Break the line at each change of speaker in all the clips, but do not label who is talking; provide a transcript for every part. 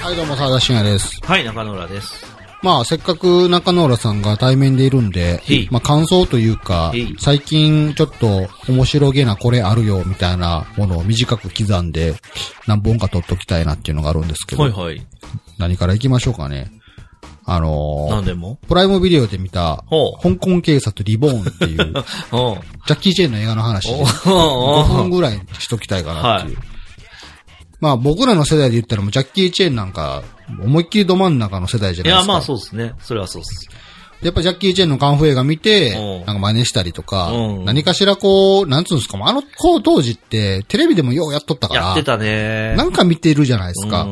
はい、どうも、沢田信也です。
はい、中野浦です。
まあ、せっかく中野浦さんが対面でいるんで
はい、
まあ、感想というか
はい、
最近ちょっと面白げなこれあるよ、みたいなものを短く刻んで、何本か取っときたいなっていうのがあるんですけど、
はいはい。
何から行きましょうかね。あのー
何でも
プライムビデオで見た、
ほう
香港警察リボーンって いう、
おう
ジャッキー・チェーンの映画の話、
おう
5
お
分
う
ぐらいにしときたいかなっていう。
は
まあ僕らの世代で言ったらもうジャッキー・チェーンなんか、思いっきりど真ん中の世代じゃ
い
ないで
や、
すか。
まあそうですね。それはそうです。
やっぱジャッキー・チェンのカンフー映画見て
う、ん
なんか真似したりとか
う、ん
何かしらこう、なんつうんですか、あの子当時ってテレビでもようやっとったから、
やってたね。
なんか見てるじゃないで
う
す
ん
か。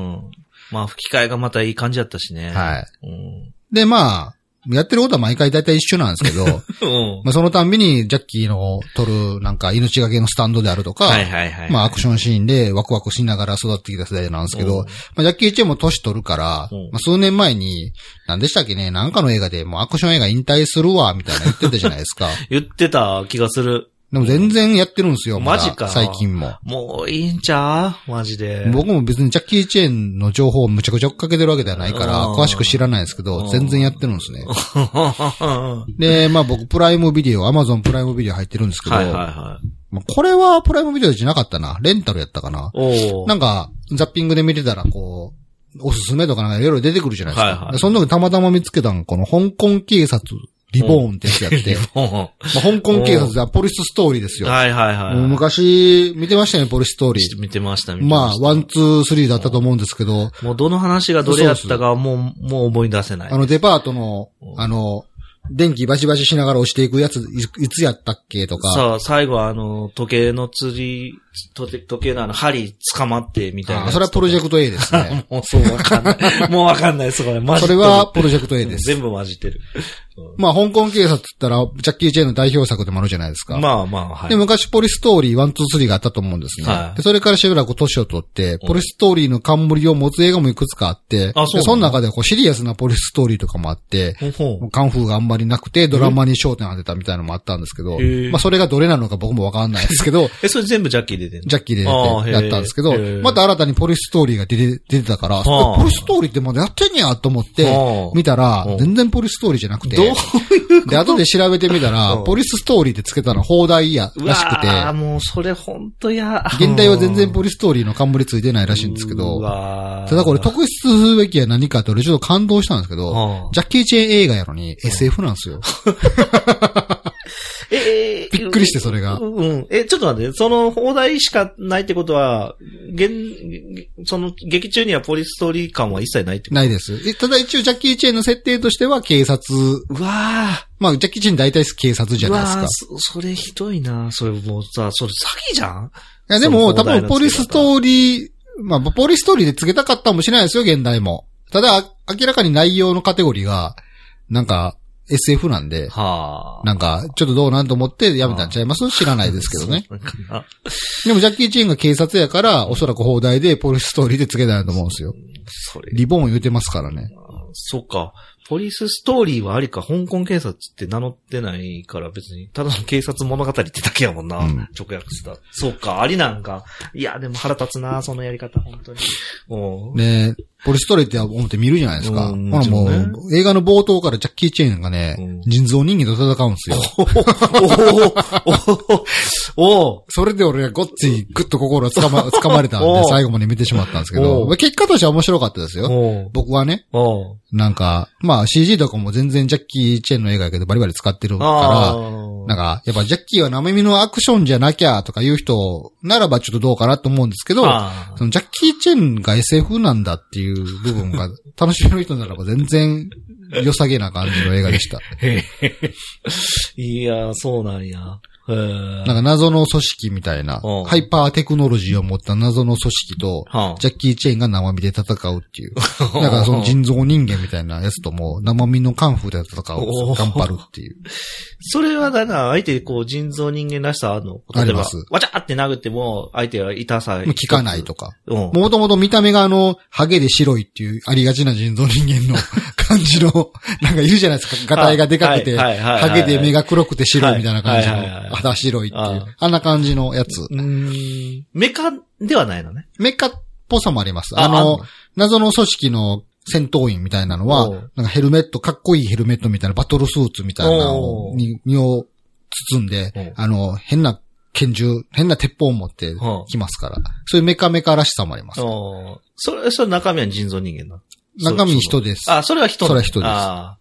まあ吹き替えがまたいい感じだったしね。
はい。
うん。
で、まあ、やってることは毎回大体一緒なんですけ ど、
うん
まあそのたんびにジャッキーの撮るなんか命がけのスタンドであるとか、
はいはいはい。
まあアクションシーンでワクワクしながら育ってきた世代なんですけど、
うん
まあジャッキー・チェンも年取るから、
うん
まあ数年前に、何でしたっけね、なんかの映画でもうアクション映画引退するわ、みたいな言ってたじゃないですか。
言ってた気がする。
でも全然やってるんですよ、まだ
マジか
最近も。
もういいんちゃうマジで。
僕も別にジャッキー・チェーンの情報をむちゃくちゃ追っかけてるわけではないから、
うん
詳しく知らないですけど
う、ん
全然やってるんですね。
は
で、まあ僕、プライムビデオ、アマゾンプライムビデオ入ってるんです
い
けど、
はいはい。
まあこれはプライムビデオじゃなかったな。レンタルやったかな。
おう
なんか、ザッピングで見てたら、こう、おすすめとかなんかいろいろ出てくるじゃないですか。
はいはい
でその時たまたま見つけたのがこの香港警察、リボーンってやつやって、ま
うん は
あ香港警察ではポリスストーリーです
い
よ。
はいはい。
もう昔、見てましたね、ポリスストーリー。
見てました、見て
ま
ま
あ、
した。
ワン、ツー、スリーだったと思うんですけど、
もうどの話がどれやったかはもう、もう思い出せない
あ。の、デパートの、あの、電気バシバシしながら押していくやつ、いいつやったっけとか、
さあ、最後はあの、時計の釣り、時時計のあの、針捕まって、みたいなや
あ
つ。。
それはプロジェクト A ですね
もうそうわかんない。 もうわかんないです、これ。 マジ
それはプロジェクト A です。
全部混じってる。
まあ、香港警察って言ったら、ジャッキー・チェーンの代表作でもあるじゃないですか。
まあまあ、はい。
で、昔ポリストーリー、ワン、ツー、スリーがあったと思うんですね。
はい
でそれからしばらく年を取って、ポリストーリーの冠を持つ映画もいくつかあって、
あそうなの
でその中でこうシリアスなポリストーリーとかもあって、
ほほう
カンフーがあんまりなくて、ドラマに焦点当てたみたいなのもあったんですけど
へ、え
まあそれがどれなのか僕もわかんないですけど、
え、それ全部ジャッキー出てんの
ジャッキーで
あ
やっ
あへ
て
え
やったんですけど
へえ、
また新たにポリストーリーが出て出てたから、
はあ
ポリストーリーってまだやってんねやと思って
はあ、
見たら
う、ん
全然ポリストーリーじゃなくて、
どういう
で、後で調べてみたら
う、ん
ポリスストーリーってつけたの放題や、らしくて、
ああ、もうそれほんとや。
現代は全然ポ
リ
リストーリーの冠ついてないらしいんですけど、ただこれ
と、
特筆するべきは何かって俺ちょっと感動したんですけ
う
ど
ん、
ジャッキー・チェーン映画やのに SF なんですよ。
えー
びっくりしてそれが
うんうん。え、ちょっと待って、その放題しかないってことは、現、その劇中にはポリストーリー感は一切ないってこと
ないです。えただ一応ジャッキー・チェーンの設定としては警察、
うわー。
まあジャッキー・チェーン大体警察じゃないですか。
うわーそそれひどいなそれもうさ、それ詐欺じゃん
いやで
そ
も
う
多
放題
分
の
ポリスストーリー、まあポリストーリーでつけたかったかもしれないですよ、現代も。ただあ明らかに内容のカテゴリーが、なんか SF なんで、
はあ。
なんか、ちょっとどうなんと思ってやめたんちゃいます知らないですけどね。
そうなんかな。
でもジャッキー・チェーンが警察やから、おそらく放題でポリスストーリーでつけたんやと思うんですよ。
それ。
リボンを言うてますからね。
そうか。ポリスストーリーはありか、香港警察って名乗ってないから別に、ただの警察物語ってだけやもんな。
うん
直訳した。そうか、ありなんか。いや、でも腹立つなそのやり方、本当に。もう
で、ポリスストーリーって思って見るじゃないですか。
うん
ほらも
もちろん
う、映画の冒頭からジャッキー・チェーンが
う
ね
ん、
人造人間と戦うんですよ。
おおお
それで俺がごっついグッと心をつかま、 つかまれたん
お
で、
う
最後まで見てしまったんですけ
お
ど、
う
まあ結果としては面白かったです
お
よ。
お
僕はね、
お
なんか、まあ CG とかも全然ジャッキー・チェーンの映画やけどバリバリ使ってるから
あ、ー
なんか、やっぱジャッキーは生身のアクションじゃなきゃとか言う人ならばちょっとどうかなと思うんですけど、
あー
そのジャッキー・チェンが SF なんだっていう部分が楽しみの人ならば全然良さげな感じの映画で した。
いや、そうなんや。へー
なんか謎の組織みたいな、
うん
ハイパーテクノロジーを持った謎の組織と、
はあ
ジャッキー・チェンが生身で戦うって いう。だからその人造人間みたいなやつとも生身のカンフーで戦う、
おー
頑張るって いう。
それはだから、相手こう人造人間らしさあるの
あります
例えばわちゃって殴っても、相手は痛さ。
もう効かない。とか。
うん。
もともと見た目があの、ハゲで白いっていうありがちな人造人間の 感じの、なんかいるじゃないですか。ガタイがでかくて、
はいはいはいはい
ハゲで目が黒くて白いみたいな感じの
はいはいはいは、い
肌白いってい
あ
う
あ、
あんな感じのやつ。
うーん。メカではないのね。
メカぽさもあります。あの、謎の組織の戦闘員みたいなのは
おう、
なんかヘルメット、かっこいいヘルメットみたいな、バトルスーツみたいなの
お
を
う
に、身を包んで、
お
あの、変な拳銃、変な鉄砲を持って
は
きますから、そういうメカメカらしさもありま
あ、
す。
ああそれ、それ中身は人造人間な。
中身人です。
あ、それは人
それは人です
あ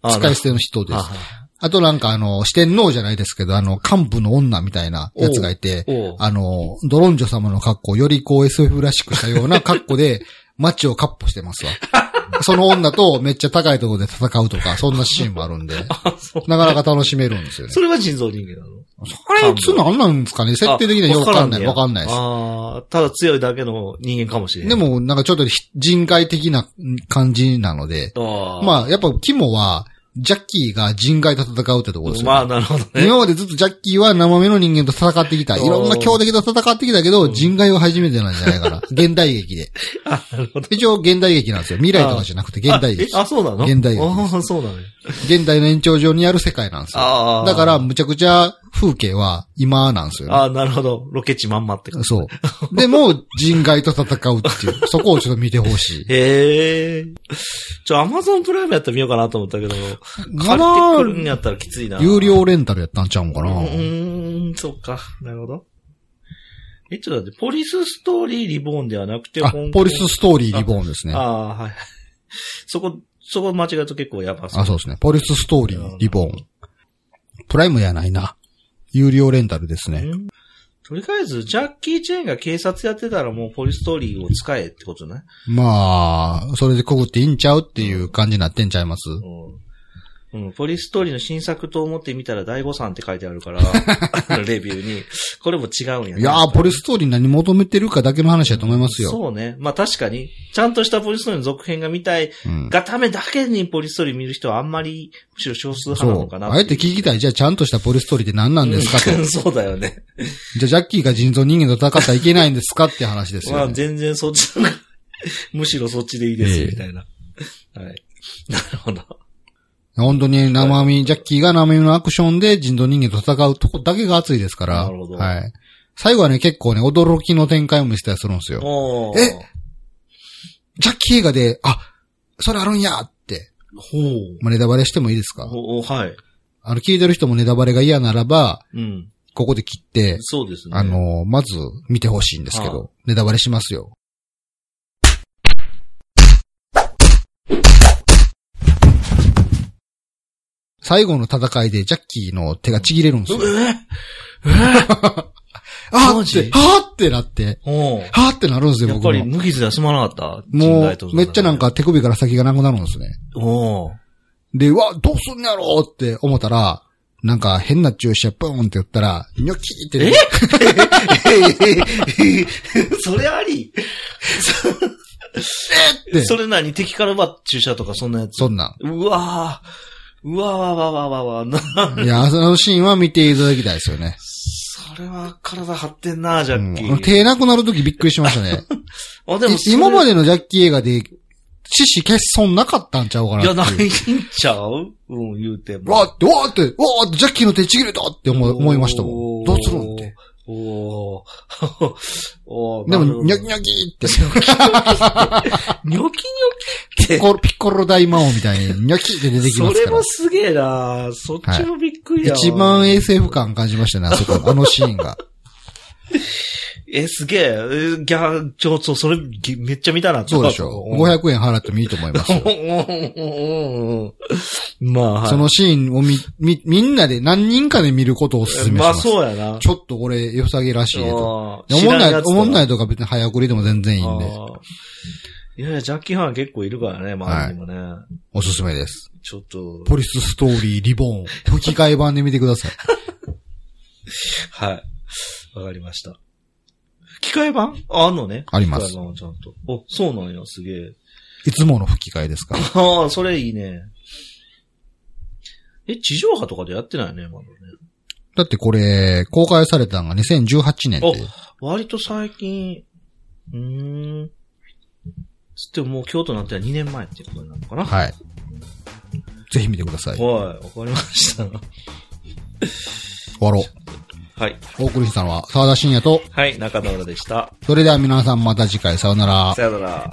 あ。
使い捨
て
ての人です。
はい
あとなんかあの、四天王じゃないですけど、あの、幹部の女みたいなやつがいて、
おう
あの、ドロンジョ様の格好をよりこう SF らしくしたような格好で、街をカッポして ますわ。その女とめっちゃ高いところで戦うとか、そんなシーンもあるんで、
あ、そう。
なかなか楽しめるんですよね。
それは人造人間なの
これいつなんなんですかね設定的にはよくわかんない。わかんないです。
ああ、ただ強いだけの人間かもしれな
で
い。
も、なんかちょっとひ人外的な感じなので、
もあ
まあ、やっぱ肝は、ジャッキーが人外と戦うってところですよね。
まあ、なるほどね。
今までずっとジャッキーは生身の人間と戦ってきた。いろんな強敵と戦ってきたけど、
うん
人外は初めてなんじゃないか な。現代劇で。
あ、なるほど。
一応現代劇なんですよ。未来とかじゃなくて現代劇
あえ。あ、そうなの
現代劇
ああ、そうなの
現代の延長上にある世界なんですよ。
ああ。
だから、、むちゃくちゃ風景は今なんですよね
ああ、なるほど。ロケ地まんまって感じ。
そう。でも、人外と戦うって いう。そこをちょっと見てほしい。
へえ。ちょ、アマゾンプライムやったら見ようかなと思ったけど、
か
借
な
りてくるん
ぁ
やったらきついな。
有料レンタルやったんちゃうんか
う
な
ーん、そっか。なるほど。え、ちょっと待って、ポリスストーリーリボーンではなくて、
あ
香港、
ポリスストーリーリボーンですね。あ、
ああ、はい。そこ、そこ間違うと結構やば
そうですね。ポリスストーリーリボーン。プライムやないな。有料レンタルですね。
うんとりあえず、ジャッキー・チェーンが警察やってたらもうポリストーリーを使えってことね。
まあ、それでこぐっていいんちゃうっていう感じになってんちゃいます
うん。うん、ポリストーリーの新作と思ってみたら大誤算って書いてあ るから、あのレビューに。これも違うんや、ね。
いやー、ポリストーリー何求めてるかだけの話だと思いますよ。
そうね。まあ確かに、ちゃんとしたポリストーリーの続編が見たい
うん
がためだけにポリストーリー見る人はあんまり、むしろ少数派な
そ
のか
う。
な
あえて聞きたい。じゃあ、ちゃんとしたポリストーリーって何なんですかと。
うん そうだよね。
じゃあ、ジャッキーが人造人間と戦ったらいけないんですかって話です
ま
よ
あ
ね。
全然そっちの方が むしろそっちでいいです、
ええ
みたいな。はい。 なるほど。
本当に生身、ジャッキーが生身のアクションで人造人間と戦うとこだけが熱いですから。
なるほど
はい。最後はね、結構ね、驚きの展開を見せたりするんですよ。
おー
えジャッキー映画で、あ、それあるんやって。
ほう。
まあ、ネタバレしてもいいですか
ほう、はい。
あの、聞いてる人もネタバレが嫌ならば、
うん。
ここで切って、
そうですね。
あの、まず見てほしいんですけ
は
ど、ネタバレしますよ。最後の戦いでジャッキーの手がちぎれるんです
う
よ。
え
あー
マ
っ
ジ
て、はーってなって、
おう
はーってなるんですよ、
やっ
僕
ぱり
も。
無傷では済まなかった。
も
陣内
う、めっちゃなん。か手首から先がなくなるんですね。
おう
で、うわ、どうすんのやろうって思ったら、なんか変な注射プーンって言ったら、ニョキーって、
えそれあり
えって
それなに敵から奪っ注射とかそんなやつ。
そんな。
うわぁ。うわわわわわわな、
いや、そのシーンは見ていただきたいですよね。
それは体張ってんなジャッキ
うん
ー。
手なくなるときびっくりしましたね。
あ、 でも
い、今ま
で。
でのジャッキー映画で、獅子欠損なかったんちゃうかなって
いや、
いう。
ないんちゃううん、言うても。
わーって、わーって、わーって、ジャッキーの手ちぎれたって思い思いましたもん。どうするんって。。
おー。 お
で
ーなるほ
も、
ど
ニョキニョキって、
ニョキニョキっ
ピ
て。
ッコロピッコロ大魔王みたいに、ニョキって出てきま
そ
す
れ
から
も。すげえなそっちもびっくりだわ、
一番 SF 感感じましたね、あそこ、あのシーンが。
え、すげえ。えーギャー、ちょ、そう、それ、ぎめっちゃ見たな。
そうでしょう。500円払ってもいいと思いますよ。
うん。まあ、はい。
そのシーンをみ、み、みんなで何人かで見ることをお勧めし
ま
ま
あ、
す。
そうやな。
ちょっとこれ、良さげらしいでと。
ょ
思んない、思んないいとか別に早送りでも全然いいんで、
いやいや、ジャッキーファン結構いるからね、周りにもね。
おすすめです。
ちょっと、
ポリスストーリー、リボ ーン、吹き替え版で見てください。
はい。わかりました。吹き替え版あ、あんのね。
あります
吹き替え版はちゃんと。お、そうなんよ、すげえ。
いつもの吹き替えですから。
ああ、それいいね。え、地上波とかでやってないよね、まだね。
だってこれ、公開されたのが2018年で
お、割と最近、うーん。つってももう京都なんては2年前っていうことになるのかなは
はい。ぜひ見てください。
い、
終
わかりました。
わろう。
はい。はい。
お送りしたのは沢田信也と、
はい、中田浦でした。
それでは皆さんまた次回さようなら。
さよなら。